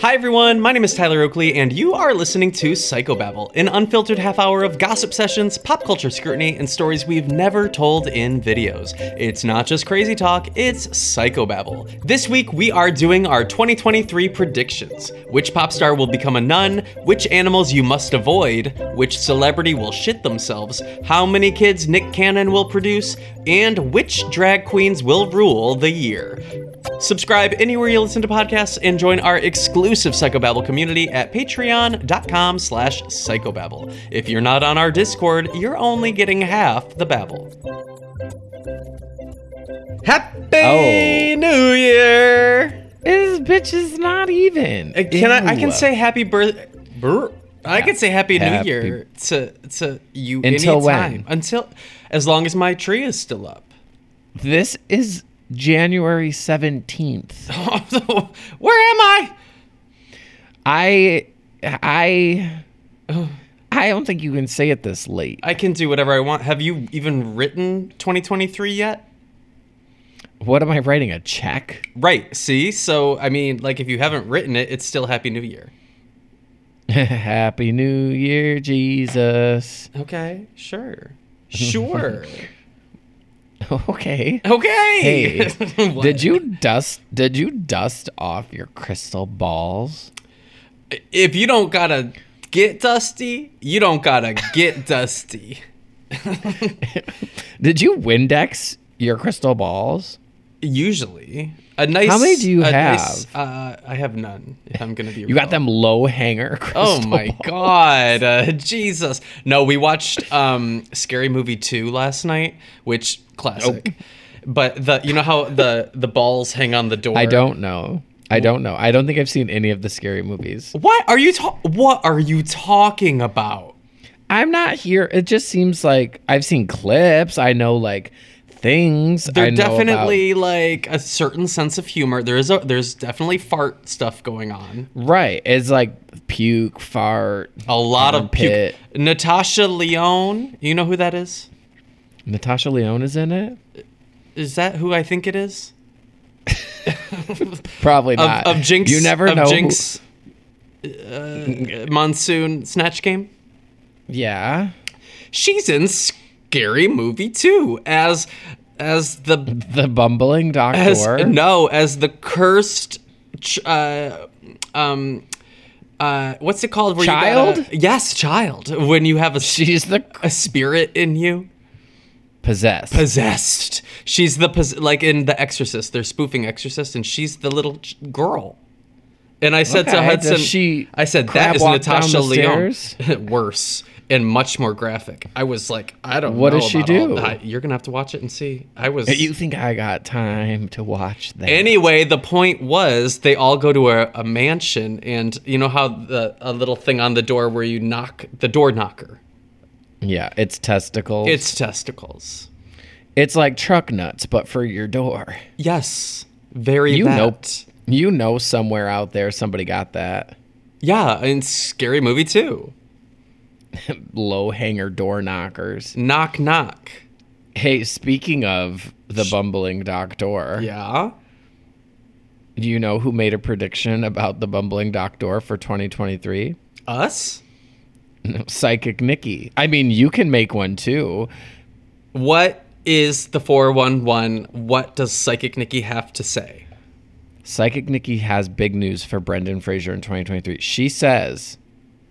Hi, everyone. My name is Tyler Oakley, and you are listening to Psychobabble, an unfiltered half hour of gossip sessions, pop culture scrutiny, and stories we've never told in videos. It's not just crazy talk, it's Psychobabble. This week, we are doing our 2023 predictions which pop star will become a nun, which animals you must avoid, which celebrity will shit themselves, how many kids Nick Cannon will produce, and which drag queens will rule the year. Subscribe anywhere you listen to podcasts and join our exclusive Psychobabble community at patreon.com slash psychobabble. If you're not on our Discord, you're only getting half the babble. Happy Oh. New Year! This bitch is not even. Uh, Can I, I Ew. can say happy birth... brr- I can say happy, Happy- New Year to, to you Until when? anytime. Until... As long as my tree is still up. this is January seventeenth. Where am I? I, I, I don't think you can say it this late. I can do whatever I want. Have you even written 2023 yet? What am I writing? A check? Right. See? So, I mean, like, if you haven't written it, it's still Happy New Year. Happy New Year, Jesus. Okay. Sure. Sure. Okay. okay. Hey, What? did you dust? Did you dust off your crystal balls? If you don't gotta get dusty, you don't gotta get dusty. Did you Windex your crystal balls? Usually. A nice. How many do you a nice- have? uh, I have none, if I'm going to be You got them low hanger. Oh crystal my balls. god, uh, Jesus! No, we watched um, Scary Movie two last night, which classic. But the you know how the the balls hang on the door. I don't know. I don't know. I don't think I've seen any of the scary movies. What are you ta- What are you talking about? I'm not here. It just seems like I've seen clips. I know like things. They're I know about- definitely like a certain sense of humor. There is a there's definitely fart stuff going on. right. It's like puke, fart. A lot of puke. Armpit. Natasha Leone. You know who that is? Natasha Leone is in it. Is that who I think it is? Probably Of, not. of Jinx. You never of know. who- Jinx. Uh, monsoon snatch game. yeah. she's in scary movie 2 as as the The bumbling doctor. as, no as the cursed ch- uh, um uh what's it called where Child? you gotta- yes child when you have a s- She's the a spirit in you possessed. possessed she's the pos- like in the exorcist they're spoofing exorcist and she's the little ch- girl and i said to Okay, does hudson she i said that crab is walk down natasha the leon stairs? worse and much more graphic i was like i don't What know does she about all do? that. you're gonna have to watch it and see i was you think I got time to watch that? Anyway, the point was they all go to a, a mansion, and you know how the a little thing on the door where you knock the door knocker. yeah, it's testicles. It's testicles. it's like truck nuts, but for your door. Yes, very. You that. know, you know, somewhere out there, somebody got that Yeah, and scary movie too. low hanger door knockers. Knock knock. Hey, speaking of the bumbling doctor, Yeah. Do you know who made a prediction about the bumbling doctor for 2023? Us? Psychic Nikki. I mean, you can make one too. What is the 411? What does Psychic Nikki have to say? Psychic Nikki has big news for Brendan Fraser in 2023. She says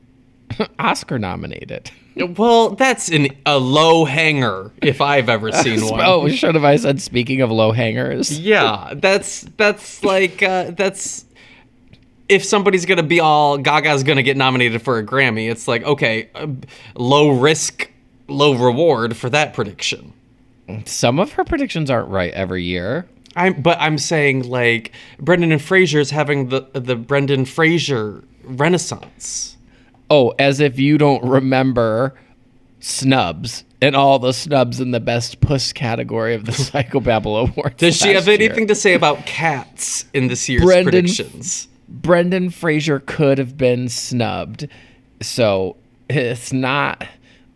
Oscar nominated. Well, that's an, a low hanger if I've ever seen one. Oh, should have I said speaking of low hangers? Yeah, that's that's like uh, that's if somebody's gonna be all Gaga's gonna get nominated for a Grammy, it's like okay, uh, low risk, low reward for that prediction. Some of her predictions aren't right every year. I'm but I'm saying like Brendan and Fraser's having the the Brendan Fraser renaissance. Oh, as if you don't remember snubs and all the snubs in the best puss category of the Psychobabble Awards. Does she last have year. anything to say about cats in this year's Brendan- predictions? Brendan Fraser could have been snubbed. So it's not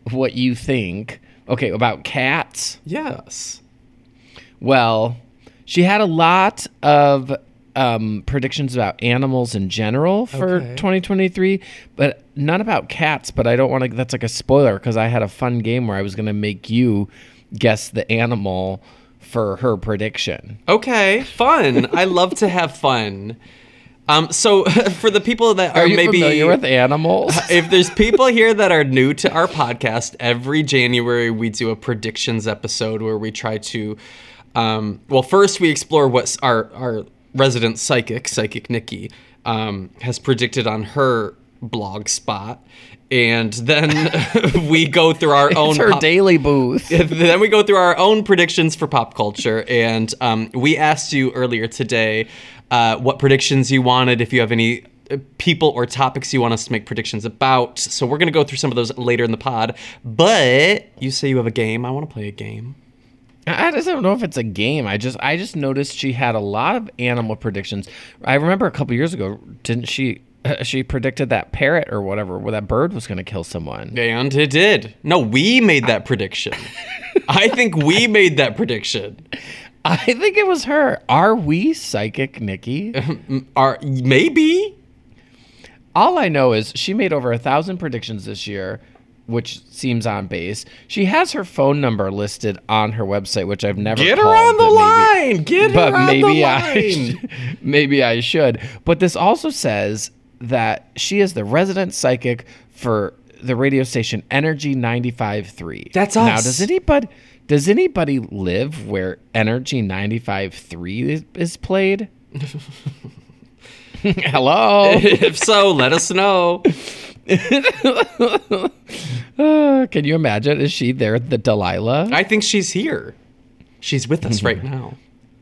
what you think. Okay, about cats. Yes. Well, she had a lot of um, predictions about animals in general for Okay. 2023, but none about cats. But I don't want to, that's like a spoiler because I had a fun game where I was going to make you guess the animal for her prediction. Okay, fun. I love to have fun. Um, so for the people that are, Are you maybe familiar with animals? if there's people here that are new to our podcast, every January we do a predictions episode where we try to, um, well, first we explore what s- our our resident psychic, psychic Nikki, um, has predicted on her blog spot, and then we go through our own it's her pop- daily booth. then we go through our own predictions for pop culture, and um, we asked you earlier today uh, what predictions you wanted, if you have any uh, people or topics you want us to make predictions about. So we're gonna go through some of those later in the pod. But you say you have a game. I want to play a game. I just don't know if it's a game. I just I just noticed she had a lot of animal predictions. I remember a couple years ago, didn't she? uh, She predicted that parrot or whatever, where that bird was going to kill someone. And it did. No, we made that prediction. I think we made that prediction. I think it was her. Are we psychic, Nikki? Mm, Are maybe All I know is she made over a thousand predictions this year, which seems on base. She has her phone number listed on her website, which I've never get her called, on the but maybe- line. Get her but on maybe the I line. sh- maybe I should. But this also says that she is the resident psychic for the radio station Energy 95.3. That's Now, us. does anybody does anybody live where Energy 95.3 is, is played? Hello. if so, let us know. Uh, can you imagine? Is she there, the Delilah? I think she's here. She's with us right now.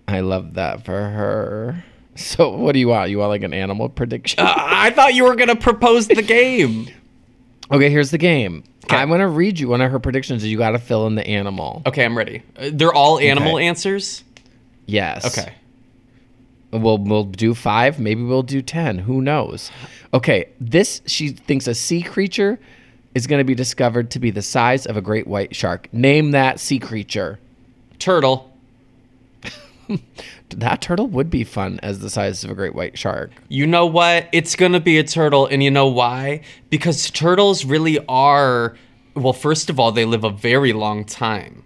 I love that for her. So, what do you want? You want like an animal prediction? I thought you were going to propose the game. Okay, here's the game. I'm gonna read you one of her predictions, and you gotta fill in the animal. Okay, I'm ready. Uh, They're all animal Okay. answers? Yes. Okay. We'll we'll do five. Maybe we'll do ten. Who knows? Okay. This she thinks a sea creature is gonna be discovered to be the size of a great white shark. Name that sea creature. Turtle. That turtle would be fun as the size of a great white shark. You know what? It's going to be a turtle. And you know why? Because turtles really are, well, first of all, they live a very long time.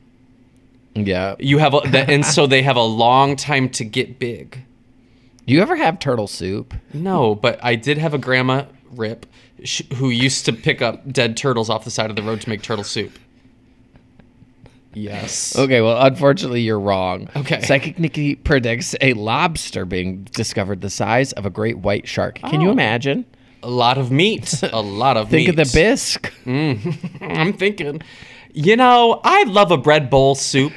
Yeah. You have, a, that, and so they have a long time to get big. You ever have turtle soup? No, but I did have a grandma, Rip, sh- who used to pick up dead turtles off the side of the road to make turtle soup. Yes. Okay, well, unfortunately, you're wrong. Okay. Psychic Nikki predicts a lobster being discovered the size of a great white shark. Can you Oh. imagine? A lot of meat. A lot of Think meat. Mm. of the bisque. I'm thinking. You know, I love a bread bowl soup,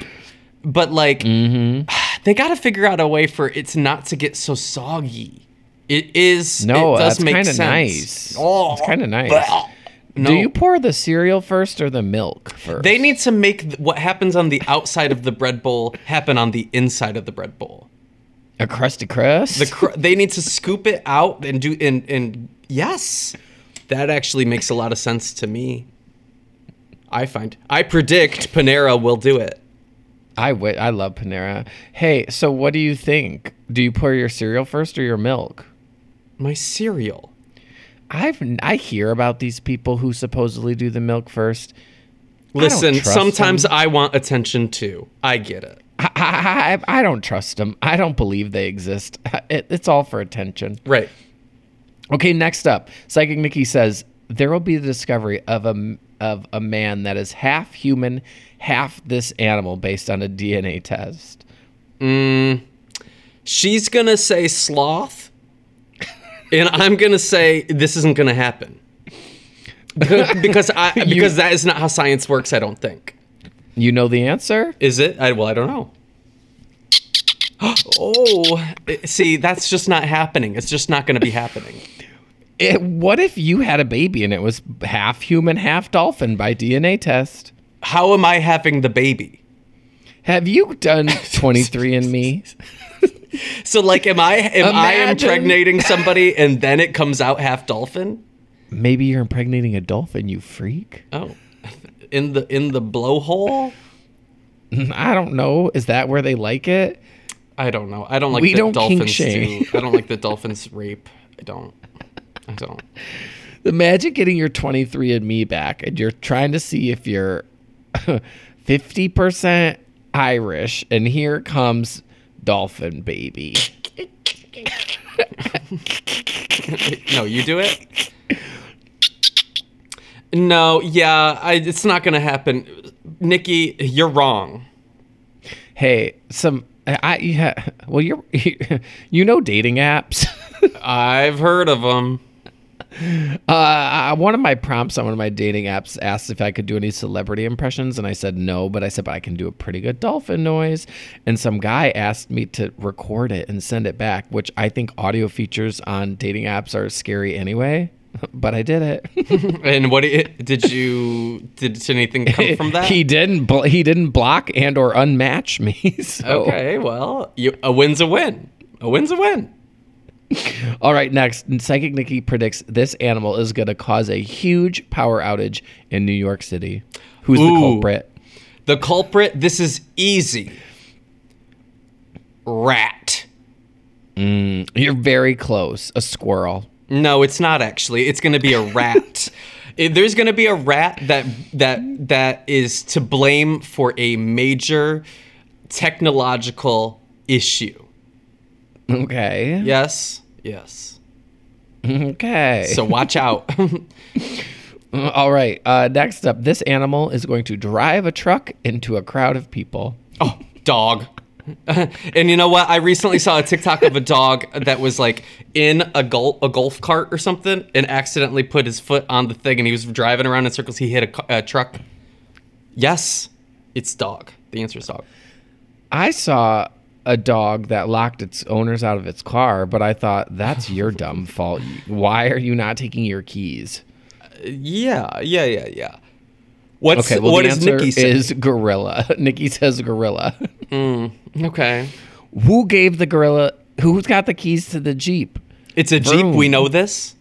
but like, Mm-hmm. they got to figure out a way for it's not to get so soggy. It is. No, it does that's make kind of sense. nice. Oh, it's kind of nice. bleh. No. Do you pour the cereal first or the milk first? They need to make th- what happens on the outside of the bread bowl happen on the inside of the bread bowl. a crusty crust. The cr- they need to scoop it out and do and and yes, that actually makes a lot of sense to me. I find I predict Panera will do it. I wi- I love Panera. Hey, so what do you think? Do you pour your cereal first or your milk? My cereal. I've I hear about these people who supposedly do the milk first. don't Listen, trust sometimes I want attention too. I get it. I, I, I, I don't trust them. I don't believe they exist. It, it's all for attention. Right. Okay, next up, Psychic Nikki says there will be the discovery of a of a man that is half human, half this animal, based on a DNA test. She's going to say sloth, and I'm going to say this isn't going to happen. Because because I because that is not how science works, I don't think. You know the answer. Is it? I, well, I don't know. Oh, it- see, that's just not happening. It's just not going to be happening. It, Eh, what if you had a baby and it was half human, half dolphin by DNA test? How am I having the baby? Have you done 23andMe? So, like, am I am I Imagine. impregnating somebody and then it comes out half dolphin? Maybe you're impregnating a dolphin, you freak. Oh, in the in the blowhole? I don't know. Is that where they like it? I don't know. I don't like We that don't kink dolphins shame. do. I don't like that dolphins rape. I don't. I don't. Imagine getting your 23andMe back and you're trying to see if you're 50% Irish, and here comes dolphin baby. No, you do it. No, yeah, I, it's not gonna happen. Nikki, you're wrong. Hey, some. I yeah, well you're you know dating apps. I've heard of them. Uh, one of my prompts on one of my dating apps asked if I could do any celebrity impressions, and I said no, but I said, but I can do a pretty good dolphin noise. And some guy asked me to record it and send it back, which I think audio features on dating apps are scary anyway, but I did it. And what did did you did anything come from that? he didn't bl- he didn't block and or unmatch me. So. okay, well, you, a win's a win. A win's a win. All right, next, Psychic Nikki predicts this animal is going to cause a huge power outage in New York City. Who's the Ooh. culprit? The culprit. This is easy. Rat. You're very close. A squirrel. No, it's not actually. It's going to be a rat. It- There's going to be a rat that that that is to blame for a major technological issue. Okay. Yes. Yes. Okay. So watch out. all right. Uh, next up, this animal is going to drive a truck into a crowd of people. Oh, dog. and you know what? I recently saw a TikTok of a dog that was like in a, gol- a golf cart or something and accidentally put his foot on the thing and he was driving around in circles. He hit a, cu- a truck. Yes, it's dog. The answer is dog. I saw a dog that locked its owners out of its car, but I thought that's your dumb fault. Why are you not taking your keys? Yeah, yeah, yeah, yeah. What's Okay. Well, what the does answer Nikki say? is gorilla. Nikki says gorilla. okay, Who gave the gorilla? Who's got the keys to the jeep? it's a jeep. We Vroom. know this.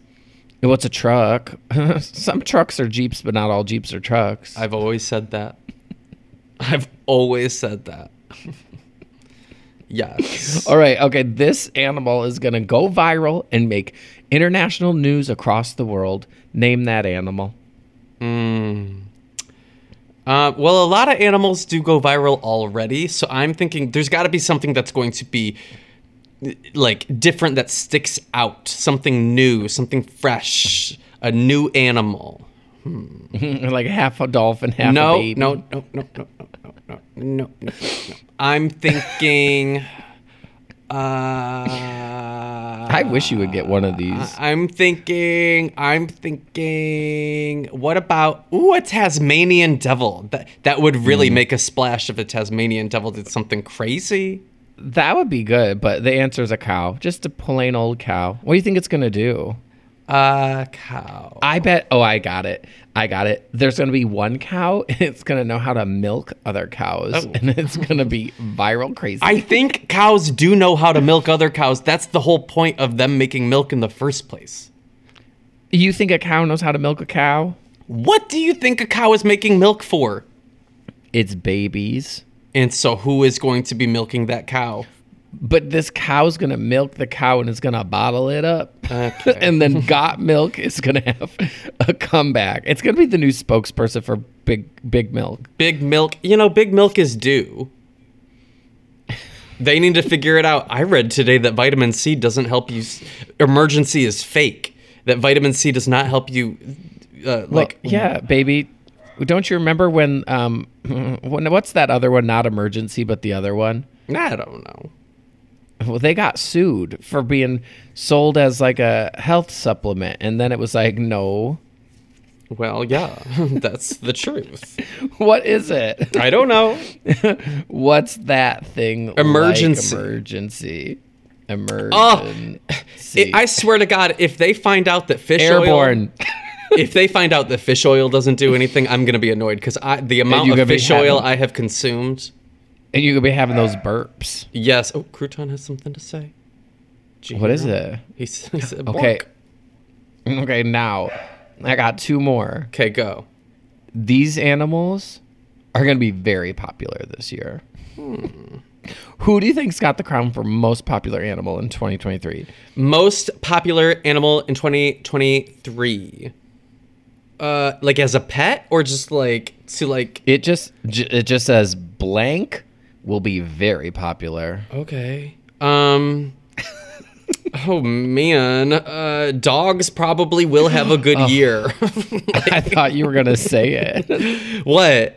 Well, it's a truck. Some trucks are jeeps, but not all jeeps are trucks. I've always said that. I've always said that. yes. All right. Okay. This animal is going to go viral and make international news across the world. Name that animal. Uh, well, a lot of animals do go viral already, so I'm thinking there's got to be something that's going to be like different that sticks out, something new, something fresh, a new animal. like half a dolphin, half a no, baby. no, no, no, no, no, no, no, no, no, no. I'm thinking. Uh, I I wish you would get one of these. I'm thinking. I'm thinking. What about ooh a Tasmanian devil? That that would really make a splash if a Tasmanian devil did something crazy. That would be good, but the answer is a cow. Just a plain old cow. What do you think it's going to do? Uh, cow. I bet. Oh, I got it. I got it. There's going to be one cow, and it's going to know how to milk other cows, and it's going to be viral crazy. I think cows do know how to milk other cows. That's the whole point of them making milk in the first place. you think a cow knows how to milk a cow? What do you think a cow is making milk for? It's babies. And so, who is going to be milking that cow? but this cow's gonna milk the cow and it's gonna bottle it up Okay. and then got milk is gonna have a comeback it's gonna be the new spokesperson for big big milk Big Milk. You know, Big Milk is due. They need to figure it out. I read today that vitamin C doesn't help you. s- Emergency is fake. That vitamin C does not help you. Uh, like, like yeah baby don't you remember when um when, what's that other one not emergency but the other one I don't know. well they got sued for being sold as like a health supplement and then it was like no Well, yeah, that's the truth. what is it I don't know. What's that thing? like? Emergency. emergency. Emergency. It- I swear to God, if they find out that fish oil- Airborne. if they find out that fish oil doesn't do anything, I'm gonna be annoyed because I the amount you're of gonna be fish oil having- I have consumed. and you could be having those burps. Yes. Oh, crouton has something to say. Gee, What is yeah. it? He's, he said, Okay. "Bonk." Okay, now I got two more. Okay, go. These animals are going to be very popular this year. Hmm. Who do you think's got the crown for most popular animal in 2023? Most popular animal in 2023. Uh, like as a pet or just like to like. It just j- it just says blank will be very popular. Okay. Um. oh man, uh, dogs probably will have a good year. I thought you were going to say it. what?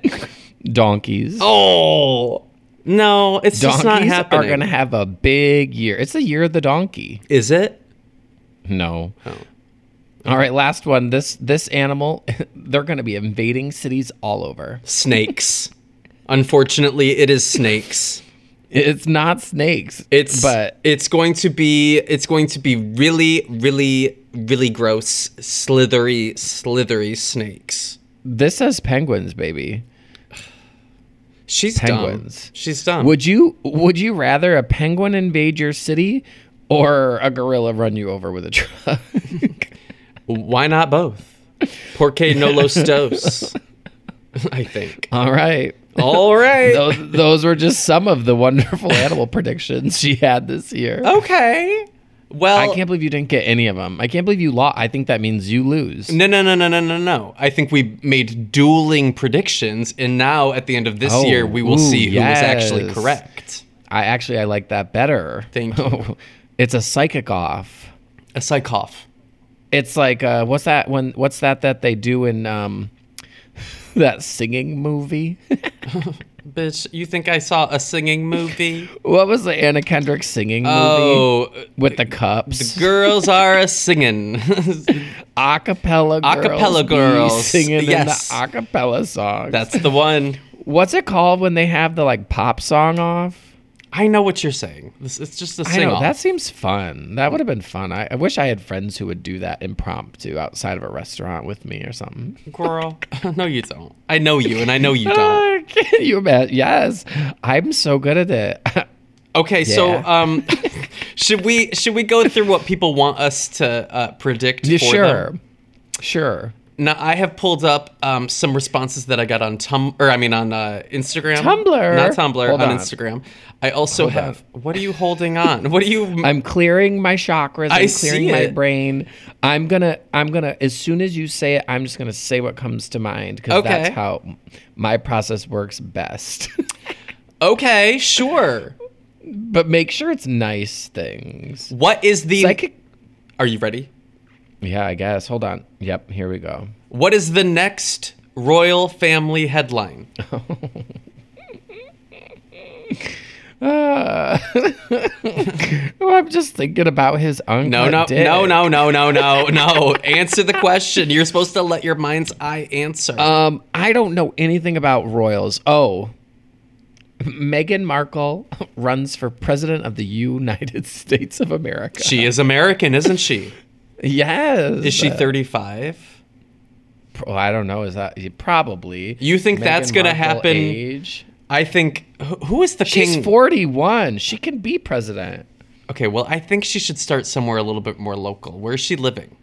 Donkeys. Oh no, it's Donkeys just not are happening. going to have a big year. It's the year of the donkey. is it? No. Oh. All right, last one. This this animal, they're going to be invading cities all over. Snakes. Unfortunately, it is snakes. It's not snakes. It's but it's going to be it's going to be really really really gross slithery slithery snakes. this says penguins, baby. She's Penguins. dumb. She's dumb. Would you would you rather a penguin invade your city or a gorilla run you over with a truck? Why not both? Porque no los dos. I think. all right. All right. Those, those were just some of the wonderful animal predictions she had this year. Oh, okay. Well, I can't believe you didn't get any of them. I can't believe you lost. I think that means you lose. no no no no no no no. I think we made dueling predictions, and now at the end of this Oh, year, we will ooh, see who was actually yes. correct. I actually I like that better. Thank you. it's a psychic off. A psychoff. It's like uh, what's that when what's that that they do in um, that singing movie? Bitch, you think I saw a singing movie? what was the Anna Kendrick singing movie Oh, with the cups? girls are a singing. acapella girls. Acapella be girls. singing Yes. in the acapella song. That's the one. what's it called when they have the like pop song off? I know what you're saying. This, it's just a I sing know that off. seems fun. That would have been fun. I, I wish I had friends who would do that impromptu outside of a restaurant with me or something. Girl, no, you don't. I know you, and I know you don't. Can you imagine? Yes, I'm so good at it. Okay, so Yeah. um, should we should we go through what people want us to uh, predict? Yeah, for sure, them? sure. Now I have pulled up um, some responses that I got on Tum or I mean on uh, Instagram, Tumblr? not Tumblr, Hold on, on. Instagram. I also have. What are you holding on? What are you? I'm clearing my chakras. I I'm see clearing my it. brain. I'm gonna. I'm gonna. As soon as you say it, I'm just gonna say what comes to mind because that's Okay. how my process works best. okay, sure. but make sure it's nice things. What is the? Psychic. are you ready? Yeah, I guess. Hold on. Yep. Here we go. What is the next royal family headline? Uh, well, I'm just thinking about his uncle. No, no, no, no, no, no, no, no. Answer the question. You're supposed to let your mind's eye answer. Um, I don't know anything about royals. Oh, Meghan Markle runs for president of the United States of America. she is American, isn't she? yes. Is she 35? Well, I don't know. Is that probably? You think that's gonna Markle happen? Age? I think. wh- Who is the She's king? 41. She can be president. Okay, well, I think she should start somewhere a little bit more local. Where is she living?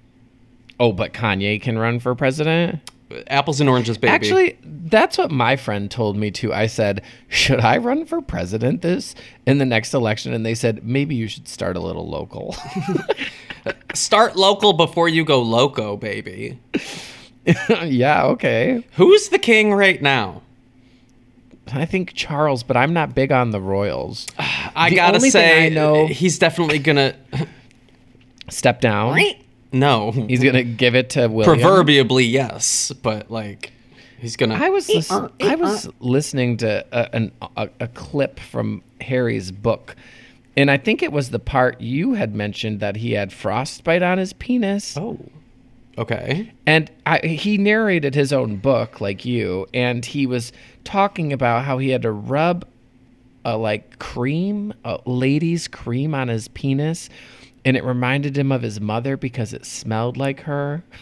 Oh, but Kanye can run for president. apples and oranges, baby. Actually, that's what my friend told me too. I said, "Should I run for president this in the next election?" And they said, "Maybe you should start a little local." start local before you go loco, baby. yeah, okay. Who's the king right now? I think Charles, but I'm not big on the royals. I The gotta only thing say, I know- he's definitely gonna. Step down. No, He's gonna give it to William. proverbially yes, but like he's gonna. I was lis- Uh, I was listening to a, an, a, a clip from Harry's book, and I think it was the part you had mentioned that he had frostbite on his penis. oh, okay. And I, he narrated his own book, like you, and he was talking about how he had to rub a like cream, a lady's cream on his penis, and it reminded him of his mother because it smelled like her.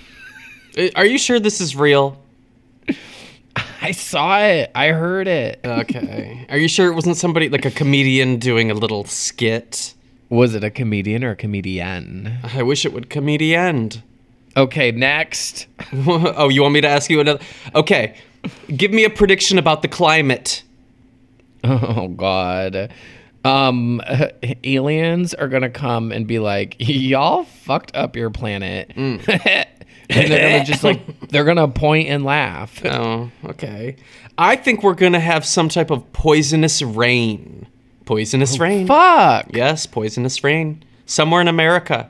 Uh, Are you sure this is real? I saw it, I heard it. Okay. Are you sure it wasn't somebody like a comedian doing a little skit? Was it a comedian or a comedian? I wish it would comedy end. Okay, next. oh, you want me to ask you another? Okay. Give me a prediction about the climate. Oh God. Um aliens are gonna come and be like, Y'all fucked up your planet. and they're gonna just like they're gonna point and laugh. Oh, okay. I think we're going to have some type of poisonous rain. Poisonous Oh, rain. Fuck. Yes, poisonous rain. Somewhere in America.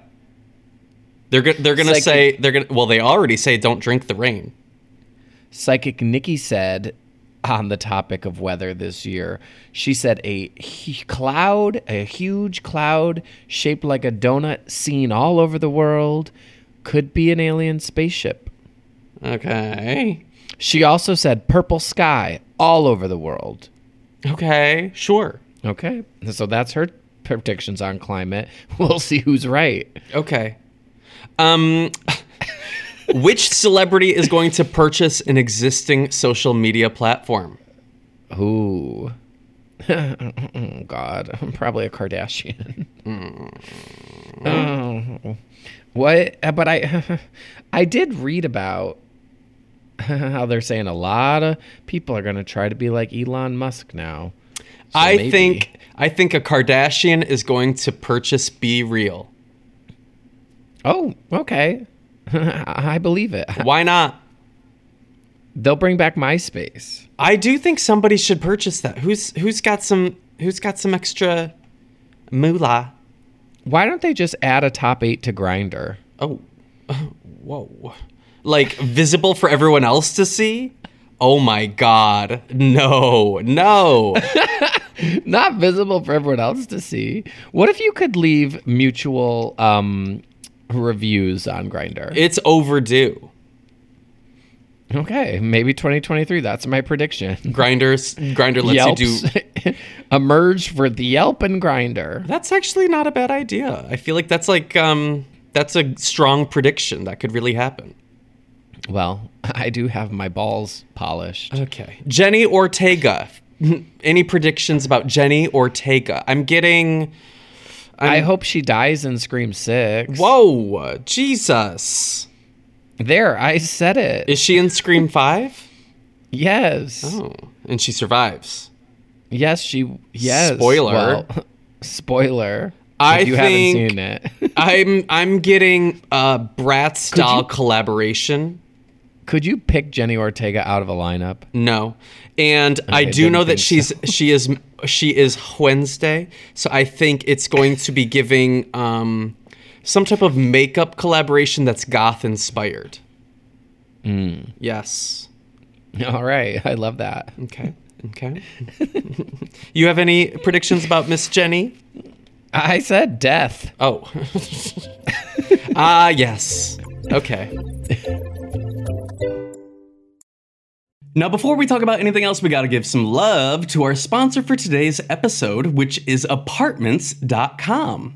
They're go- they're going to Psychic- say they're going to well they already say don't drink the rain. Psychic Nikki said on the topic of weather this year, she said a hu- cloud, a huge cloud shaped like a donut seen all over the world could be an alien spaceship. Okay. She also said purple sky all over the world. Okay, sure. Okay. So that's her predictions on climate. We'll see who's right. Okay. Um, which celebrity is going to purchase an existing social media platform? Ooh. Oh, God. Probably a Kardashian. Hmm. Oh. What? Uh, But I I did read about how they're saying a lot of people are going to try to be like Elon Musk now. So I maybe- think I think a Kardashian is going to purchase Be Real. Oh, okay. I believe it. Why not? They'll bring back MySpace. I do think somebody should purchase that. Who's who's got some who's got some extra moolah? Why don't they just add a top eight to Grinder? Oh, whoa! Like visible for everyone else to see. Oh my God! No, no. Not visible for everyone else to see. What if you could leave mutual um, reviews on Grinder? it's overdue. Okay, maybe 2023. That's my prediction. Grinders, grinder lets you do Yelps emerged for the Yelp and Grinder. That's actually not a bad idea. I feel like that's like um that's a strong prediction that could really happen. Well, I do have my balls polished. Okay. Jenny Ortega. Any predictions about Jenny Ortega? I'm getting I hope she dies in Scream Six. Whoa, Jesus. There, I said it. Is she in Scream 5? yes. Oh, and she survives. Yes, she. Yes. Spoiler. Well, spoiler. I if you think- haven't seen it. I'm I'm getting a Bratz style collaboration. Could you pick Jenny Ortega out of a lineup? No, and I do didn't know that think she's she is she is Wednesday, so I think it's going to be giving um, some type of makeup collaboration that's goth inspired. Yes. All right, I love that. Okay. Okay. you have any predictions about Miss Jenny? I said death. Oh. Ah, yes. Okay. Now, before we talk about anything else, we gotta give some love to our sponsor for today's episode, which is apartments.com.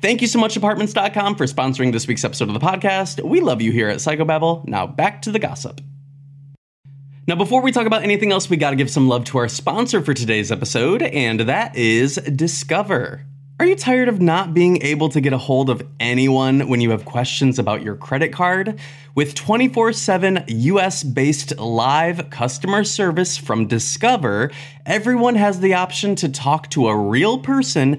Thank you so much, apartments.com, for sponsoring this week's episode of the podcast. We love you here at Psychobabble. Now back to the gossip. Now, before we talk about anything else, we got to give some love to our sponsor for today's episode, and that is Discover. Are you tired of not being able to get a hold of anyone when you have questions about your credit card? With 24 7 US based live customer service from Discover, everyone has the option to talk to a real person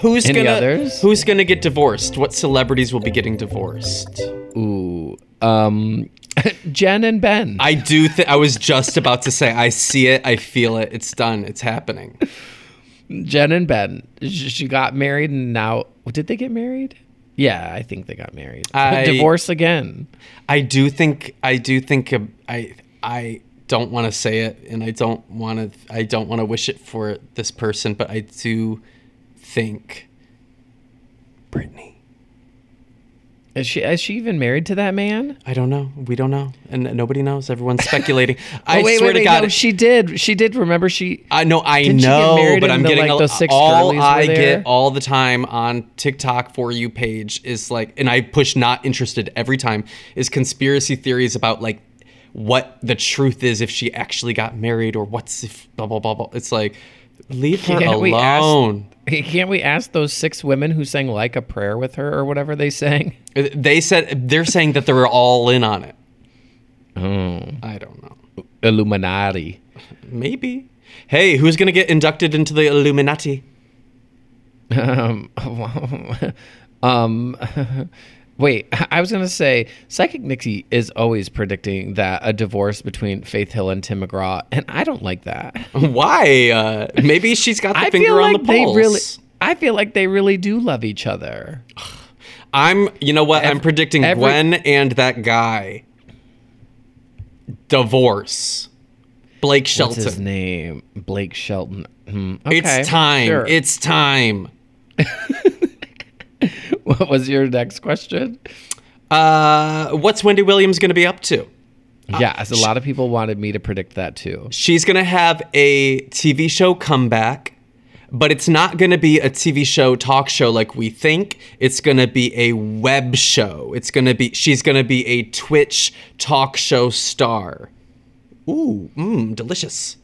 Who's Any gonna others? Who's gonna get divorced? What celebrities will be getting divorced? Ooh. Um, Jen and Ben. I do. Th- I was just about to say. I see it. I feel it. It's done. It's happening. Jen and Ben. Sh- She got married and now. Did they get married? Yeah, I think they got married. I- Divorce again. I do think. I do think. um, I. I don't want to say it, and I don't want to. I don't want to wish it for this person, but I do think. Brittany. Is she is she even married to that man? I don't know. We don't know, and nobody knows. Everyone's speculating. I Oh, wait, swear wait, to wait, God, no, she did. She did. Remember, she I know, I Didn't she get know, married but and I'm the, getting like, a, those six all girlies were I there? get all the time on TikTok for you page is like, and I push not interested every time is conspiracy theories about like what the truth is if she actually got married or what's if blah blah blah blah. It's like leave her Can't we ask- alone. can't we ask those six women who sang like a prayer with her or whatever they sang? They said they're saying that they're all in on it. I don't know. Illuminati. Maybe. Hey, who's gonna get inducted into the Illuminati? Um, um, wait, I was gonna say Psychic Nixie is always predicting that a divorce between Faith Hill and Tim McGraw, and I don't like that. Why? Uh, maybe she's got the I finger feel on like the they pulse. really, I feel like they really do love each other. I'm, you know what? I'm Every- predicting every- Gwen and that guy. Divorce. Blake What's his Shelton. name? Blake Shelton. Hmm, okay, It's time. sure. It's time. what was your next question? Uh, what's Wendy Williams going to be up to? Uh, yeah, as a lot of people wanted me to predict that too. She's going to have a TV show comeback, but it's not going to be a TV show talk show like we think. It's going to be a web show. It's going to be she's going to be a Twitch talk show star. Ooh, mmm, delicious.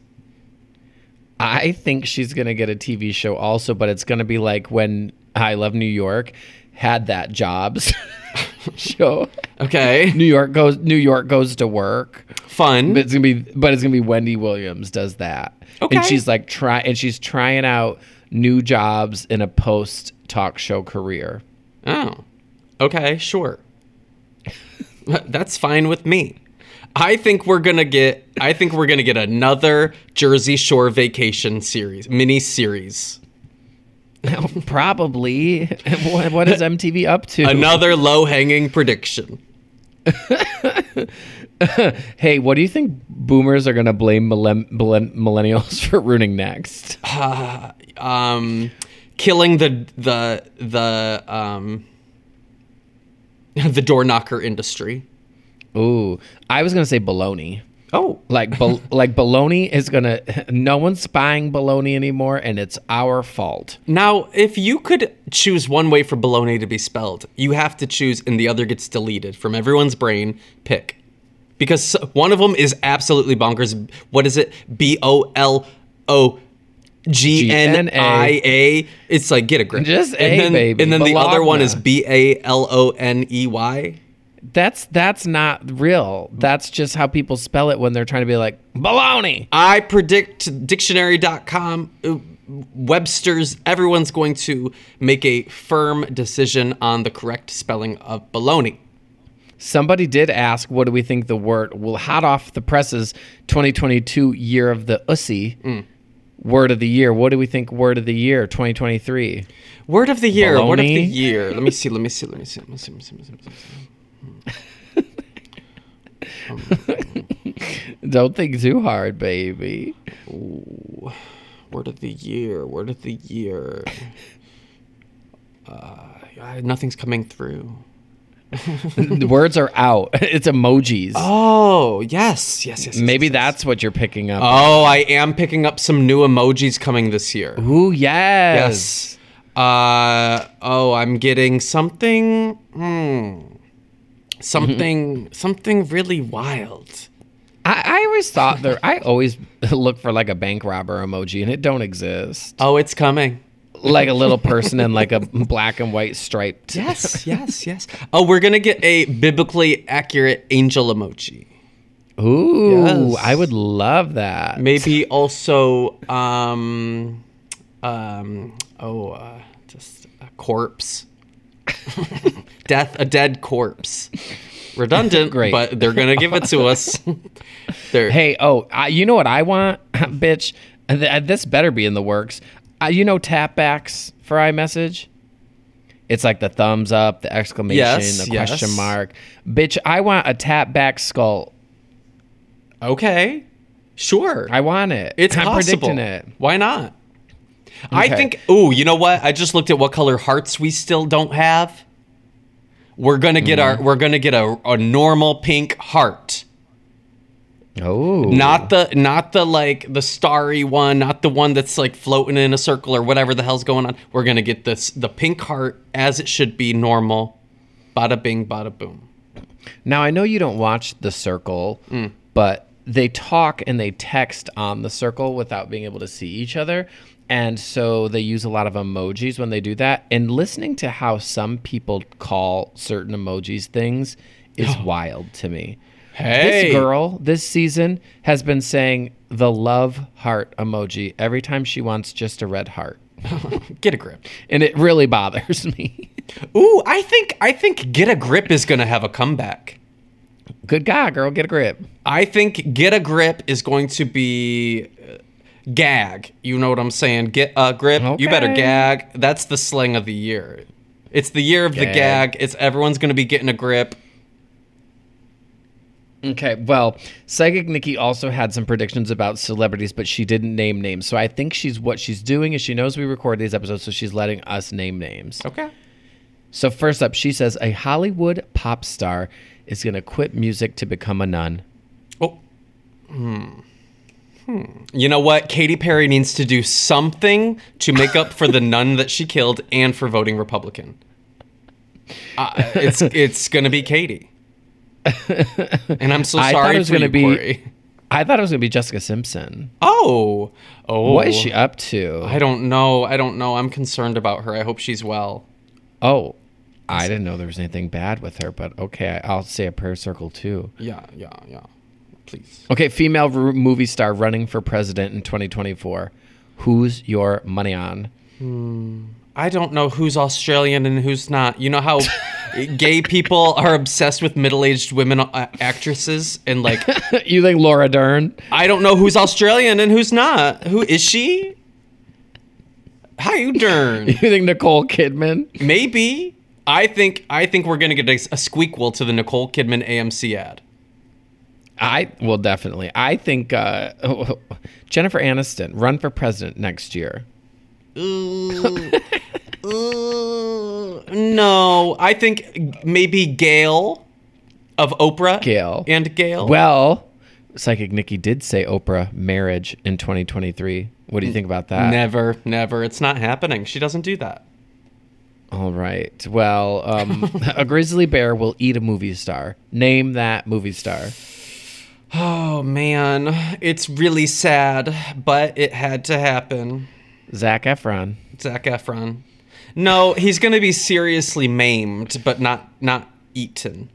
I think she's going to get a TV show also, but it's going to be like when I Love New York had that jobs show. Okay. New York goes New York goes to work. Fun. But it's going to be but it's going to be Wendy Williams does that. Okay. And she's like try and she's trying out new jobs in a post talk show career. Oh, okay, sure. That's fine with me. I think we're gonna get. I think we're gonna get another Jersey Shore vacation series, mini series, Probably. what, what is MTV up to? another low hanging prediction. Hey, what do you think boomers are going to blame millen- millen- millennials for ruining next? Um, killing the the the um, the door knocker industry. Ooh, I was gonna say baloney. Oh, Like, bal like baloney is gonna. No one's buying baloney anymore, and it's our fault. now if you could choose one way for baloney to be spelled, you have to choose, and the other gets deleted from everyone's brain. Pick, because s- one of them is absolutely bonkers. What is it? B O L O G N I A. It's like get a grip. Just and A, then, baby. And then the other one Bologna. is B A L O N E Y. That's that's not real. That's just how people spell it when they're trying to be like baloney. I predict dictionary.com, uh, Webster's, everyone's going to make a firm decision on the correct spelling of baloney. Somebody did ask, what do we think the word, well, hot off the presses, 2022 year of the ussy, Mm. word of the year. What do we think word of the year, 2023? Word of the year, word of the Baloney? year. Let me see, let me see, let me see, let me see, let me see. Let me see, let me see. Don't think too hard, baby. Word of the year, word of the year. Uh, nothing's coming through. the words are out. It's emojis. Oh, yes, yes, yes. yes, Maybe yes, yes. that's what you're picking up. Oh, I am picking up some new emojis coming this year. Ooh, yes. Yes. Uh, oh, I'm getting something. Hmm, something. Something really wild. I, I always thought there, I always look for like a bank robber emoji and it don't exist. Oh, it's coming. like a little person in like a black and white striped. Yes, yes, yes. Oh, we're gonna get a biblically accurate angel emoji. Ooh, Yes. I would love that. Maybe also. Um, um, oh, uh, just a corpse. Death, a dead corpse. Redundant, Great. but they're gonna give it to us. They're- Hey, oh, I, you know what I want, bitch? Uh, Th- This better be in the works. Uh, you know tapbacks for iMessage? It's like the thumbs up, the exclamation, Yes, the yes. question mark. Bitch, I want a tapback skull. Okay. Sure. I want it. it's I'm possible. predicting it. Why not? I Okay. think ooh, you know what? I just looked at what color hearts we still don't have. We're going to get Mm-hmm. our we're going to get a, a normal pink heart. Oh, Not the not the like the starry one, not the one that's like floating in a circle or whatever the hell's going on. We're going to get this the pink heart as it should be normal. Bada bing, bada boom. Now I know you don't watch The Circle, but they talk and they text on The Circle without being able to see each other. And so they use a lot of emojis when they do that. And listening to how some people call certain emojis things is wild to me. Hey. This girl this season has been saying the love heart emoji every time she wants just a red heart. Get a grip. And it really bothers me. Ooh, I think I think get a grip is going to have a comeback. Good guy, girl, get a grip. I think get a grip is going to be uh, gag. You know what I'm saying? Get a grip. You better Okay. gag. That's the slang of the year. It's the year of the Gag. gag. It's everyone's going to be getting a grip. Okay, well, Psychic Nikki also had some predictions about celebrities, but she didn't name names. So I think she's what she's doing is she knows we record these episodes, so she's letting us name names. Okay. So first up, she says a Hollywood pop star is going to quit music to become a nun. Oh. Hmm. Hmm. You know what? Katy Perry needs to do something to make up for the nun that she killed and for voting Republican. Uh, it's it's going to be Katy. And I'm so I thought sorry it was for gonna you, be- Corey. I thought it was going to be Jessica Simpson. Oh, oh. What is she up to? I don't know. I don't know. I'm concerned about her. I hope she's well. oh, I didn't know there was anything bad with her, but okay, I- I'll say a prayer circle too. Yeah, yeah, yeah. Please. Okay, female r- movie star running for president in 2024. Who's your money on? I don't know who's Australian and who's not. You know how gay people are obsessed with middle-aged women uh, actresses and like you think Laura Dern? I don't know who's Australian and who's not. Who is she? How you darn? You think Nicole Kidman? Maybe. I think I think we're gonna get a, a squeakquel to the Nicole Kidman AMC ad. I will definitely. I think uh, Mm. Jennifer Aniston run for president next year. Ooh. Mm. no, I think maybe Gail of Oprah. Gail. And Gail. Well, Psychic Nikki did say Oprah marriage in 2023. What do you think about that? never, never. It's not happening. She doesn't do that. All right. Well, um, a grizzly bear will eat a movie star. Name that movie star. Oh, man. It's really sad, but it had to happen. Zach Efron. Zach Efron. No, he's going to be seriously maimed, but not not eaten.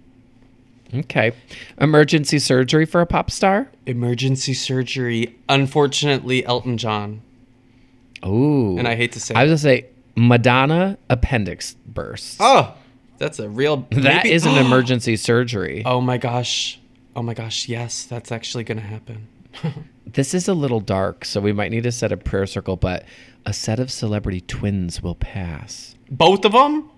Okay. Emergency surgery for a pop star. Emergency surgery. Unfortunately, Elton John. Ooh. And I hate to say I was gonna say Madonna appendix burst. Oh, that's a real. That maybe- is an emergency surgery. Oh my gosh. Oh my gosh. Yes, that's actually going to happen. This is a little dark, so we might need to set a prayer circle, but a set of celebrity twins will pass. Both of them?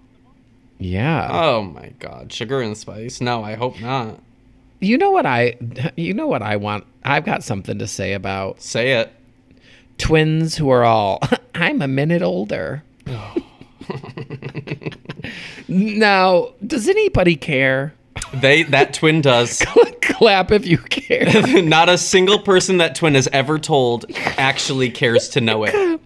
Yeah. Oh my god. Sugar and spice? No, I hope not. you know what I you know what I want? I've got something to say about Say it. twins who are all I'm a minute older. now, does anybody care? They that twin does. Clap if you care. not a single person that twin has ever told actually cares to know it.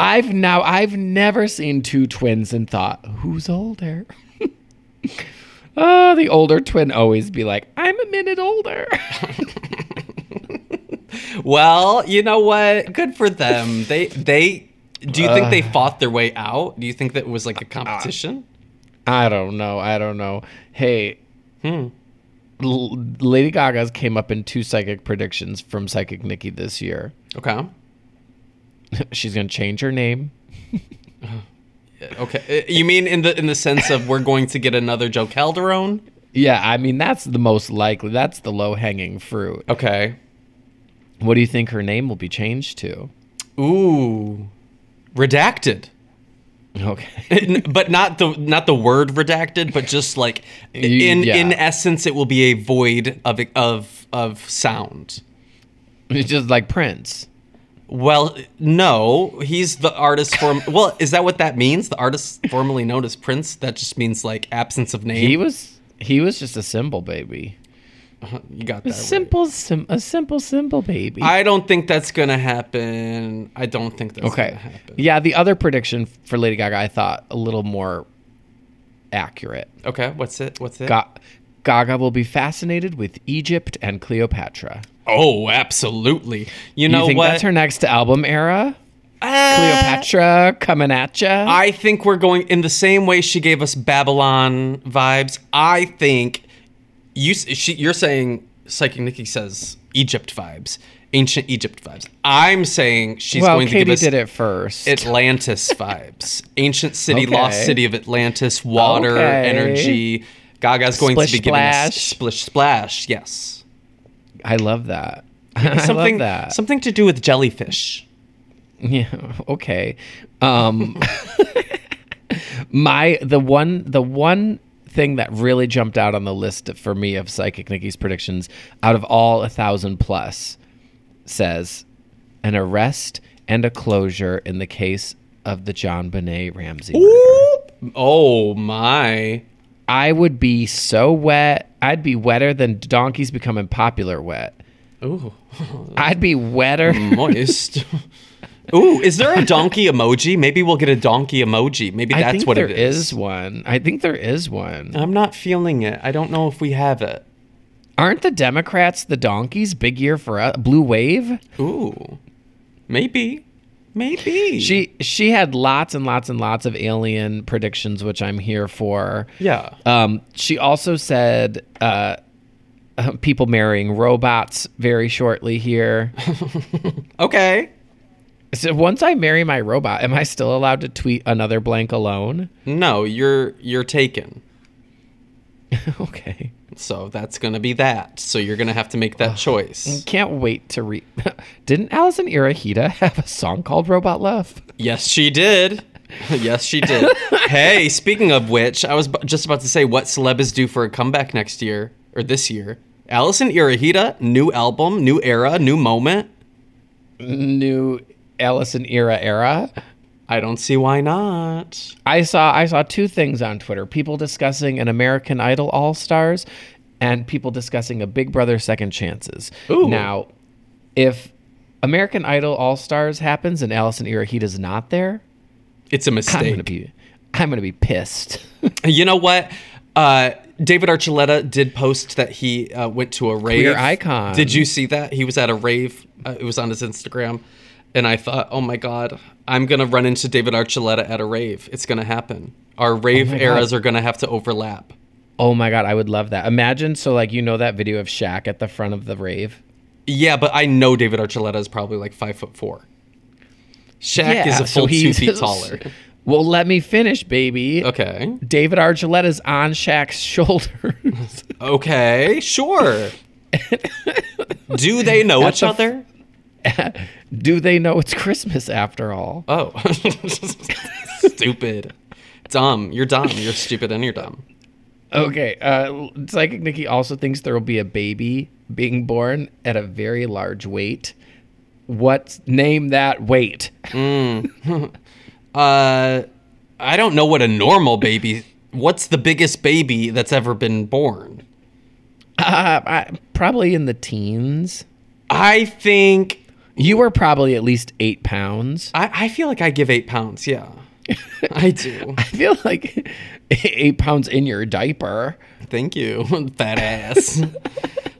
I've now I've never seen two twins and thought, who's older? oh, the older twin always be like, I'm a minute older. Well, you know what? Good for them. They they do you think they fought their way out? Do you think that it was like a competition? I don't know. I don't know. Hey. L- Lady Gaga's came up in two psychic predictions from Psychic Nikki this year. Okay. She's going to change her name. Okay. Uh, You mean in the in the sense of we're going to get another Joe Calderone? Yeah, I mean, that's the most likely. That's the low hanging fruit. Okay. What do you think her name will be changed to? Ooh. Redacted. Okay. N- but not the not the word redacted, but just like in yeah. in essence, it will be a void of of of sound. It's just like Prince. Well, no, he's the artist form. well, is that what that means? The artist formerly known as Prince. That just means like absence of name. He was he was just a simple baby. you got that. right. Simple sim a simple simple baby. I don't think that's gonna happen. I don't think that's okay. gonna happen. Yeah, the other prediction for Lady Gaga I thought a little more accurate. Okay. What's it? What's it? Ga- Gaga will be fascinated with Egypt and Cleopatra. Oh, absolutely. You You know think what? that's her next album era? Ah, Cleopatra coming at ya. I think we're going in the same way she gave us Babylon vibes. I think you s- she, you're saying Psychic Nikki says Egypt vibes, ancient Egypt vibes. I'm saying she's well, going Katie to give us did it first. Atlantis vibes, ancient city, lost Okay. city of Atlantis, water, Okay. energy. Gaga's going Splish to be giving us splash. splish splash. Yes, I love that. I love something that. something to do with jellyfish. Yeah. Okay. Um, my the one the one thing that really jumped out on the list for me of psychic Nikki's predictions out of all a thousand plus says an arrest and a closure in the case of the John Benet Ramsey murder. Oh my. I would be so wet. I'd be wetter than donkeys becoming popular wet. Ooh. I'd be wetter. Mm, Moist. Ooh, is there a donkey emoji? Maybe we'll get a donkey emoji. Maybe I that's think what there it is. is one. I think there is one. I'm not feeling it. I don't know if we have it. Aren't the Democrats the donkeys? Big year for us. Blue wave. Ooh. Maybe. Maybe. She she had lots and lots and lots of alien predictions, which I'm here for. Yeah. Um, she also said uh, uh, people marrying robots very shortly here. Okay. so once I marry my robot, am I still allowed to tweet another blank alone? No, you're you're taken. okay. So that's gonna be that. So you're gonna have to make that choice. Can't wait to read. Didn't Allison Irahita have a song called Robot Love? Yes, she did. yes, she did. hey, speaking of which, I was bu- just about to say what celeb is due for a comeback next year or this year. Allison Irahita, new album, new era, new moment. New Allison Era era. I don't see why not. I saw I saw two things on Twitter: people discussing an American Idol All Stars, and people discussing a Big Brother Second Chances. Ooh. Now, if American Idol All Stars happens and Allison Irahita's not there, It's a I'm gonna mistake. be I'm gonna be pissed. You know what? Uh, David Archuleta did post that he uh, went to a rave. Queer icon. Did you see that? He was at a rave. Uh, it was on his Instagram, and I thought, oh my god, I'm gonna run into David Archuleta at a rave. It's gonna happen. Our rave Oh God. eras are gonna have to overlap. oh my god, I would love that. Imagine so like you know that video of Shaq at the front of the rave. Yeah, but I know David Archuleta is probably like five foot four. Shaq is a so full two he's- feet taller. well, let me finish, baby. Okay. David Archuleta's on Shaq's shoulders. Okay. Sure. Do they know each the f- other? Do they know it's Christmas after all? Oh, stupid, dumb. You're dumb. You're stupid, and you're dumb. Okay. Uh, Psychic Nikki also thinks there will be a baby being born at a very large weight. What name that weight? Uh, I don't know what a normal baby. What's the biggest baby that's ever been born? Uh, I, probably in the teens. I think You were probably at least eight pounds. I, I feel like I give eight pounds. Yeah, I do. I feel like eight pounds in your diaper. Thank you, fat ass.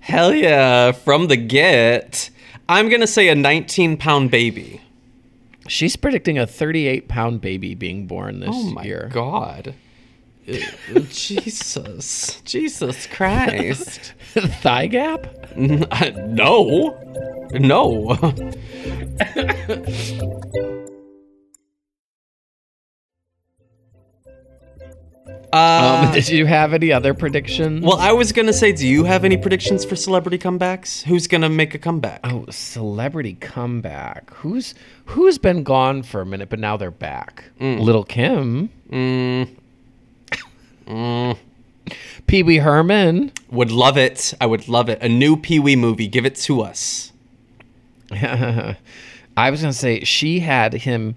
Hell yeah, from the get. I'm gonna say a 19 pound baby. She's predicting a 38 pound baby being born this Oh my year. god. Uh, Jesus. Jesus Christ. Thigh gap? no. No. uh, um, did you have any other predictions? well, I was going to say, do you have any predictions for celebrity comebacks? Who's going to make a comeback? Oh, celebrity comeback. Who's who's been gone for a minute, but now they're back? Little Kim. Pee Wee Herman. Would love it. I would love it. A new Pee Wee movie. Give it to us. I was gonna say she had him.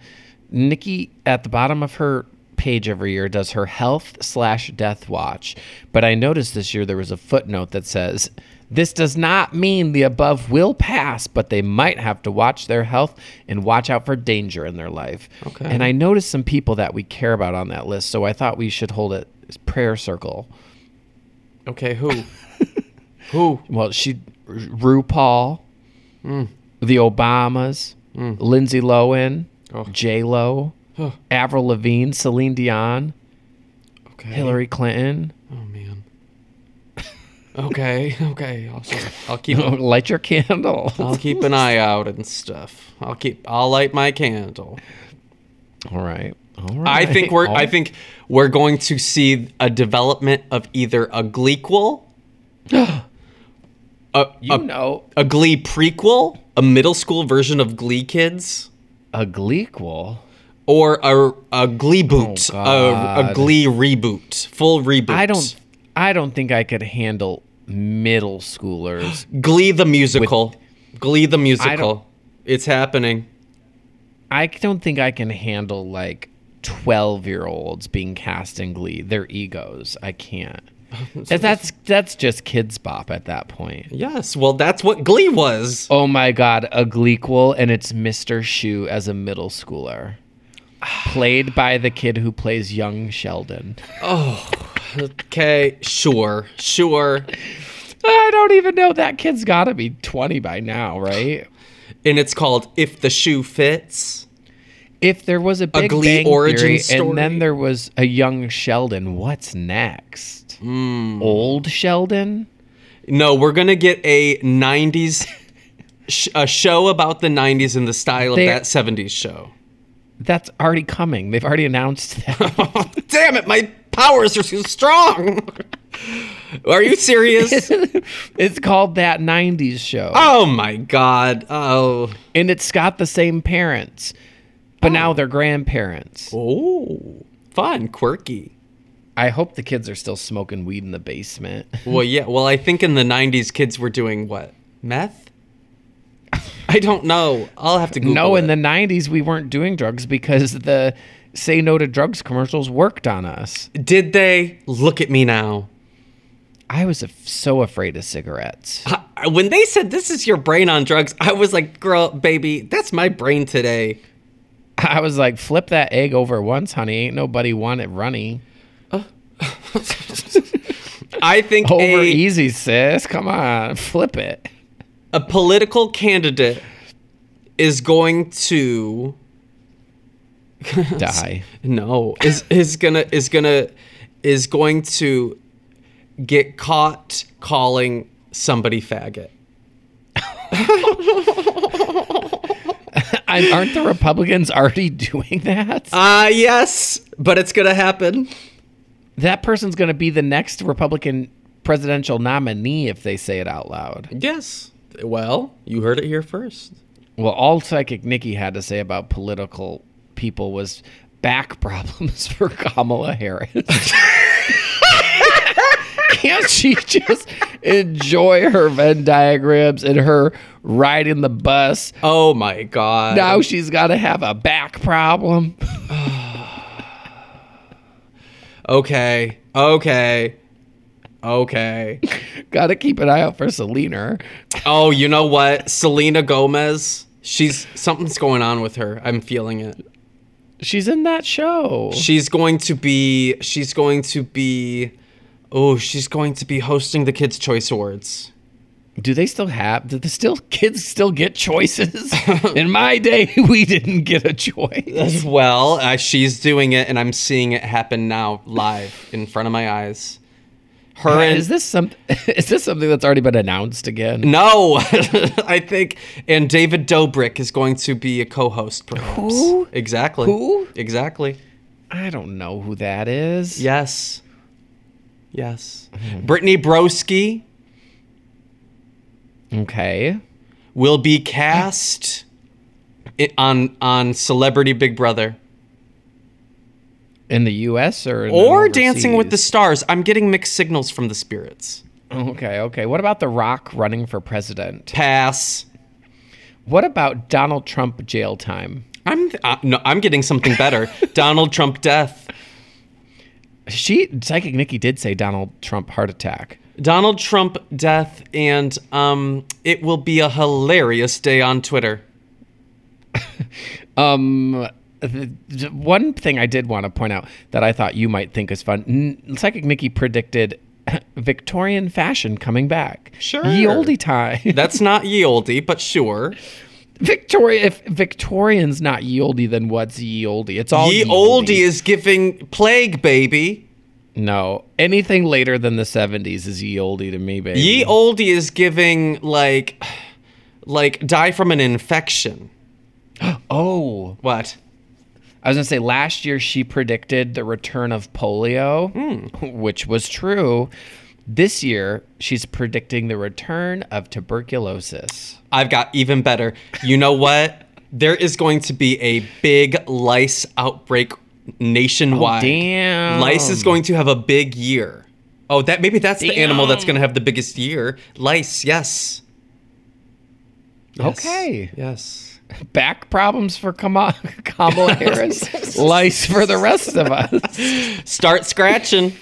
Nikki at the bottom of her page every year does her health slash death watch, but I noticed this year there was a footnote that says. This does not mean the above will pass, but they might have to watch their health and watch out for danger in their life. Okay. And I noticed some people that we care about on that list, so I thought we should hold a prayer circle. Okay, who? who? Well, she, RuPaul, Mm. the Obamas, Lindsay Lohan, Oh. J Lo, Huh. Avril Lavigne, Celine Dion, Okay. Hillary Clinton. Oh, man. Okay, okay. I'll, I'll keep Light your candle. I'll keep an eye out and stuff. I'll keep. I'll light my candle. All right. All I right. think we're. All I think we're going to see a development of either a Gleequel, a, you a, know a Glee prequel, a middle school version of Glee Kids, a Gleequel. or a a Glee boot, Oh, a, a God. Glee reboot, full reboot. I don't. I don't think I could handle middle schoolers. Glee the musical. Glee the musical. don't- It's happening. I don't think I can handle like twelve year olds being cast in Glee. Their egos. I can't. That- that's that's just kids bop at that point. Yes. Well, that's what Glee was. Oh my god, a Gleequel and it's Mr. Shu as a middle schooler. Played by the kid who plays young Sheldon. Okay. Sure. Sure. I don't even know that kid's got to be 20 by now, right? and it's called "If the Shoe Fits." If there was a big Glee Bang origin Theory story. and then there was a young Sheldon, what's next? Hmm. Old Sheldon? No, we're gonna get a '90s sh- a show about the '90s in the style They- of that '70s show. That's already coming. They've already announced that. Oh, Damn it, my powers are too strong. are you serious? it's called that 90s show. oh my god. Oh. And it's got the same parents, but now they're grandparents. Oh. Fun. Quirky. I hope the kids are still smoking weed in the basement. Well, yeah. Well, I think in the '90s, kids were doing what? Meth. I don't know. I'll have to Google no, in it. the 90s, we weren't doing drugs because the say no to drugs commercials worked on us. Did they? Look at me now. I was af- so afraid of cigarettes. I- When they said this is your brain on drugs, I was like, girl, baby, that's my brain today. I was like, flip that egg over once, honey. Ain't nobody want it runny. I think Over a, easy, sis. Come on, flip it. a political candidate is going to Die. no is is gonna is gonna is going to get caught calling somebody faggot. I, aren't the Republicans already doing that? Ah, yes, but it's gonna happen. that person's going to be the next Republican presidential nominee if they say it out loud. Yes. Well, you heard it here first. Well, all Psychic Nikki had to say about political people was back problems for Kamala Harris. Can't she just enjoy her Venn diagrams and her riding the bus? Oh my god. Now she's got to have a back problem. Okay. Okay. Okay. got to keep an eye out for Selena. Oh, you know what? Selena Gomez. She's something's going on with her. I'm feeling it. She's in that show. She's going to be she's going to be Oh, she's going to be hosting the Kids Choice Awards. Do they still have? Do the still kids still get choices? In my day, we didn't get a choice. As well, uh, she's doing it and I'm seeing it happen now live in front of my eyes. Her and Is this some? Is this something that's already been announced again? No, I think, and David Dobrik is going to be a co-host, perhaps. Who? Exactly. Who? Exactly. I don't know who that is. Yes. Yes. Mm-hmm. Brittany Broski Okay. will be cast i- on on Celebrity Big Brother In the U.S. or in or Dancing with the overseas? Stars. I'm getting mixed signals from the spirits. Okay. Okay. What about The Rock running for president? Pass. What about Donald Trump jail time? I'm uh, no. I'm getting something better. Donald Trump death. She psychic Nikki did say Donald Trump heart attack. Donald Trump death, and um, it will be a hilarious day on Twitter. Um, th- th- one thing I did want to point out that I thought you might think is fun. N- Psychic Nikki predicted Victorian fashion coming back. Sure. Ye oldie time. That's not ye olde, but sure. Victoria, if Victorian's not ye oldie, then what's ye oldie? It's all Oh, Ye olde is giving plague, baby. No, anything later than the 70s is ye oldie to me, baby. Ye olde is giving like, like die from an infection. oh, What? I was gonna say last year she predicted the return of polio, Hmm. which was true. This year she's predicting the return of tuberculosis. I've got even better. You know what? There is going to be a big lice outbreak nationwide. Oh, damn. Lice is going to have a big year. Oh, that maybe that's the animal that's going to have the biggest year. Lice, yes. Yes. Okay. Yes. Back problems for Kamala, Kamala Harris, lice for the rest of us. Start scratching.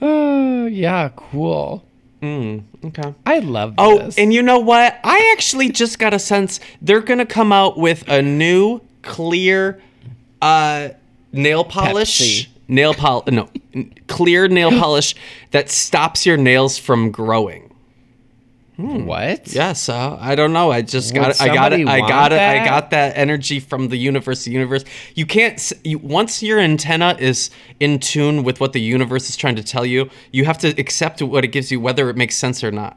Oh, yeah, cool. okay. I love Oh, this. and you know what? I actually just got a sense they're gonna come out with a new clear uh, nail polish. Pepsi. Nail polish. No, n- clear nail polish that stops your nails from growing. Hmm. what? Hmm. Yeah, so I don't know. I just got Would it. I got it. somebody I got want it. I that? got that energy from the universe. The universe. You can't. s- You, once your antenna is in tune with what the universe is trying to tell you, you have to accept what it gives you, whether it makes sense or not.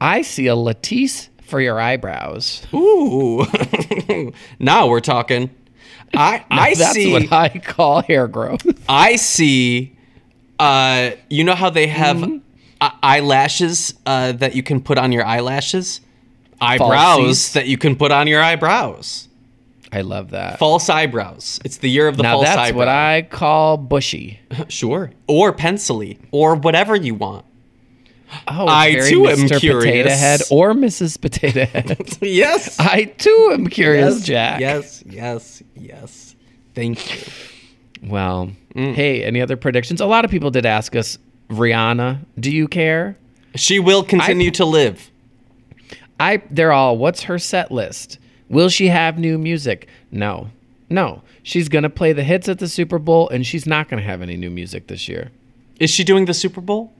I see a latisse for your eyebrows. Ooh. now we're talking. I I That's see what I call hair growth. I see uh you know how they have Mm-hmm. e- eyelashes uh that you can put on your eyelashes? Eyebrows Falsies. that you can put on your eyebrows. I love that. False eyebrows. It's the year of the now false that's eyebrow. what I call bushy. sure. Or pencily or whatever you want. Oh, it's I, very too, am Mr. Potato curious. Head or Mrs. Potato Head. Yes. I too am curious, yes, Jack. Yes, yes, yes. Thank you. Well, Mm. hey, any other predictions? A lot of people did ask us, Rihanna, do you care? She will continue to live. I they're all, what's her set list? Will she have new music? No. No. She's going to play the hits at the Super Bowl and she's not going to have any new music this year. Is she doing the Super Bowl?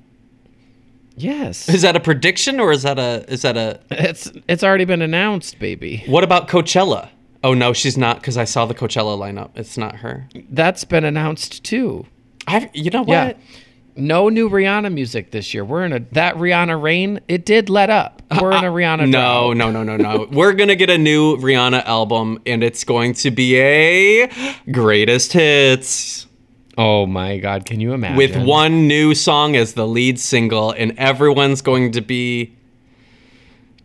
Yes. Is that a prediction or is that a is that a it's it's already been announced, baby. What about Coachella? Oh no, she's not because I saw the Coachella lineup. It's not her. That's been announced too. I you know what? Yeah. No new Rihanna music this year. We're in a that Rihanna rain, it did let up. We're in a Rihanna drought. Uh, No, no, no, no, no. We're gonna get a new Rihanna album, and it's going to be a greatest hits Oh my god, can you imagine? with one new song as the lead single, and everyone's going to be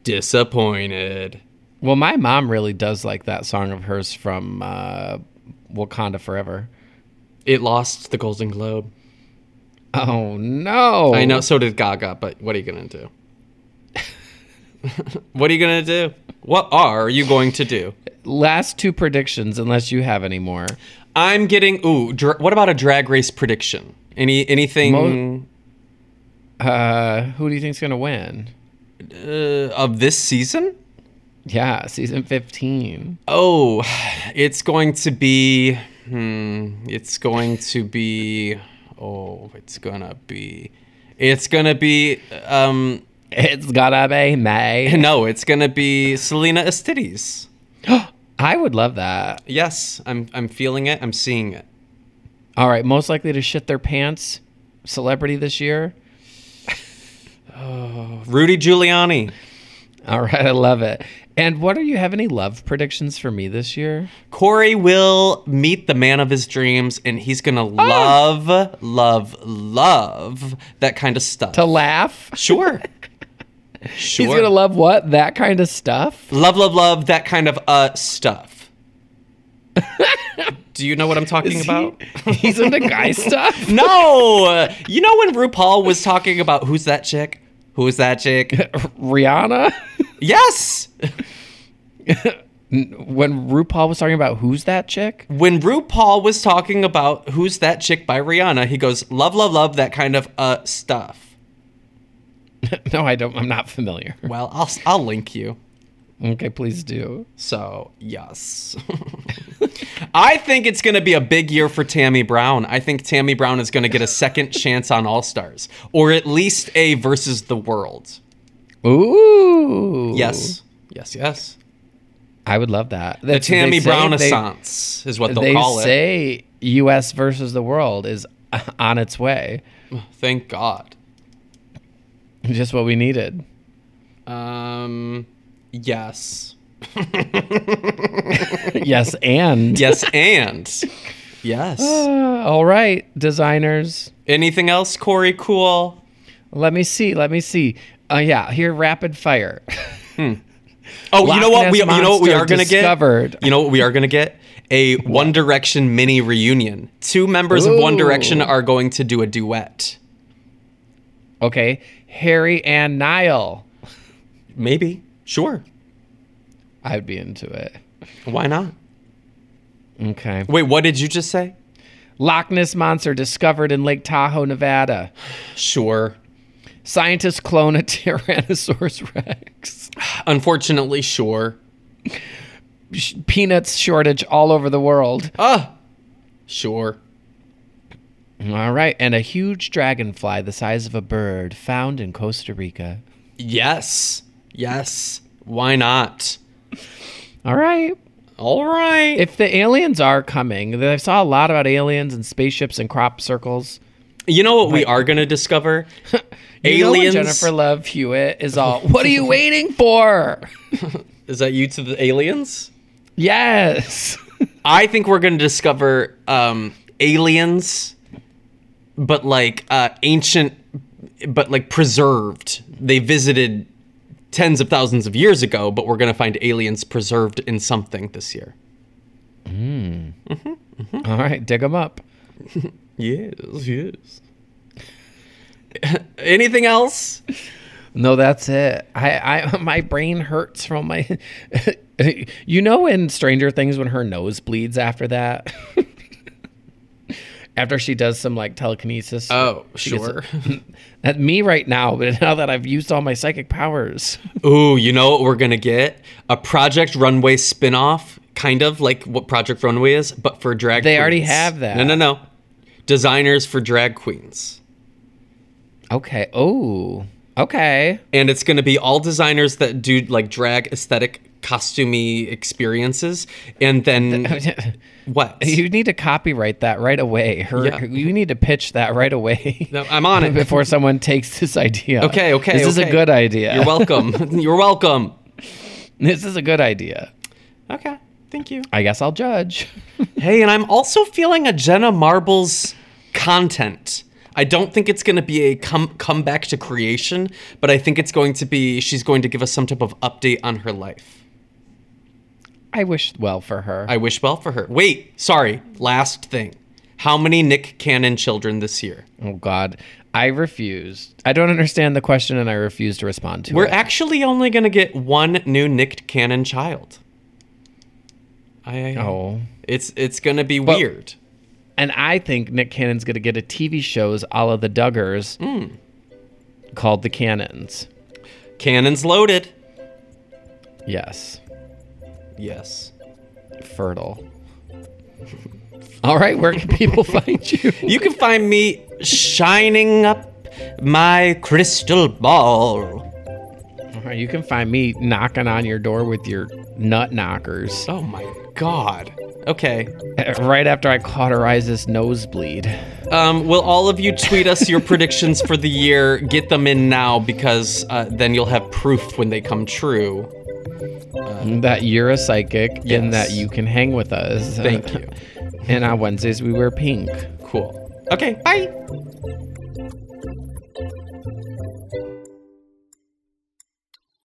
disappointed. Well, my mom really does like that song of hers from uh, Wakanda Forever. It lost the Golden Globe. Oh no! I know, so did Gaga, but what are you gonna do? what are you gonna do? What are you going to do? Last two predictions, unless you have any more. I'm getting ooh. Dra- what about a drag race prediction? Any anything? Mo- Uh, who do you think's gonna win? uh, of this season? Yeah, season fifteen. Oh, it's going to be. Hmm, it's going to be. Oh, it's gonna be. It's gonna be. Um, It's gonna be May. no, it's gonna be Selena Estides. I would love that. Yes, I'm. I'm feeling it. I'm seeing it. All right, most likely to shit their pants, celebrity this year. Rudy Giuliani. All right, I love it. And what are you have any love predictions for me this year? Corey will meet the man of his dreams, and he's gonna Oh. love, love, love that kind of stuff. To laugh. Sure. sure. He's gonna love what? That kind of stuff? love, love, love that kind of uh stuff. Do you know what I'm talking about? He's into guy stuff? No. You know when RuPaul was talking about who's that chick? Who's that chick? Rihanna? yes. when RuPaul was talking about who's that chick? When RuPaul was talking about who's that chick by Rihanna, he goes love, love, love that kind of uh stuff. no, I don't. I'm not familiar. Well, I'll I'll link you. Okay, please do. So, yes. I think it's going to be a big year for Tammy Brown. I think Tammy Brown is going to get a second chance on All Stars, or at least a versus the world. Ooh. Yes. Yes, yes. I would love that. The That's- they Tammy say Brown they- Assance is what they'll They call it. say U.S. versus the world is on its way. Thank God. Just what we needed. Um, yes. yes, and. Yes, and. Yes. Uh, all right, designers. Anything else, Corey Cool? Let me see. Let me see. Uh, yeah, here, rapid fire. Oh, you know Loch what? We, you Ness know what we Monster are gonna discovered. get. You know what we are gonna get a One Direction mini reunion. Two members of One Ooh. Direction are going to do a duet. Okay, Harry and Niall. Maybe. Sure. I'd be into it. Why not? Okay. Wait, what did you just say? Loch Ness monster discovered in Lake Tahoe, Nevada. Sure. Scientists clone a Tyrannosaurus Rex. Unfortunately, sure. Sh- Peanuts shortage all over the world. Ah. sure. All right, and a huge dragonfly the size of a bird found in Costa Rica. Yes. Yes. Why not? All right. All right. If the aliens are coming, I saw a lot about aliens and spaceships and crop circles. you know what we are gonna discover? You know when Aliens. Jennifer Love Hewitt is all, what are you waiting for? Is that you to the aliens? Yes. I think we're gonna discover um, aliens, but like uh, ancient, but like preserved. They visited tens of thousands of years ago, but we're gonna find aliens preserved in something this year. All right, dig them up. Yes, yes. Anything else? No, that's it. I, I my brain hurts from my. you know, in Stranger Things, when her nose bleeds after that, after she does some like telekinesis. Oh, she gets- sure. That's me right now, but now that I've used all my psychic powers, Ooh, you know what we're gonna get? A Project Runway spin-off, kind of like what Project Runway is, but for drag They queens. already have that. No, no, no. Designers for drag queens. okay. Oh, okay. And it's gonna be all designers that do like drag aesthetic costumey experiences. And then what? you need to copyright that right away. Her, Yeah. you need to pitch that right away. No, I'm on it. before someone takes this idea. Okay, okay. This is a okay. good idea. You're welcome. You're welcome. This is a good idea. Okay. Thank you. I guess I'll judge. Hey, and I'm also feeling a Jenna Marbles content. I don't think it's going to be a come comeback to creation, but I think it's going to be she's going to give us some type of update on her life. I wish well for her. I wish well for her. Wait, sorry. Last thing. How many Nick Cannon children this year? oh God, I refuse. I don't understand the question, and I refuse to respond to We're it. actually only going to get one new Nick Cannon child. I oh, It's it's going to be weird. and I think Nick Cannon's gonna get a TV shows a la the Duggars, Hmm. called the Cannons. Cannon's loaded. Yes, Yes. fertile. All right, where can people find you? You can find me shining up my crystal ball. All right, you can find me knocking on your door with your nut knockers Oh my god. Okay. right after I cauterize this nosebleed. Um, will all of you tweet us your predictions for the year? Get them in now because uh, then you'll have proof when they come true. that you're a psychic Yes. and that you can hang with us. Thank you. and on Wednesdays we wear pink. Cool. Okay, bye.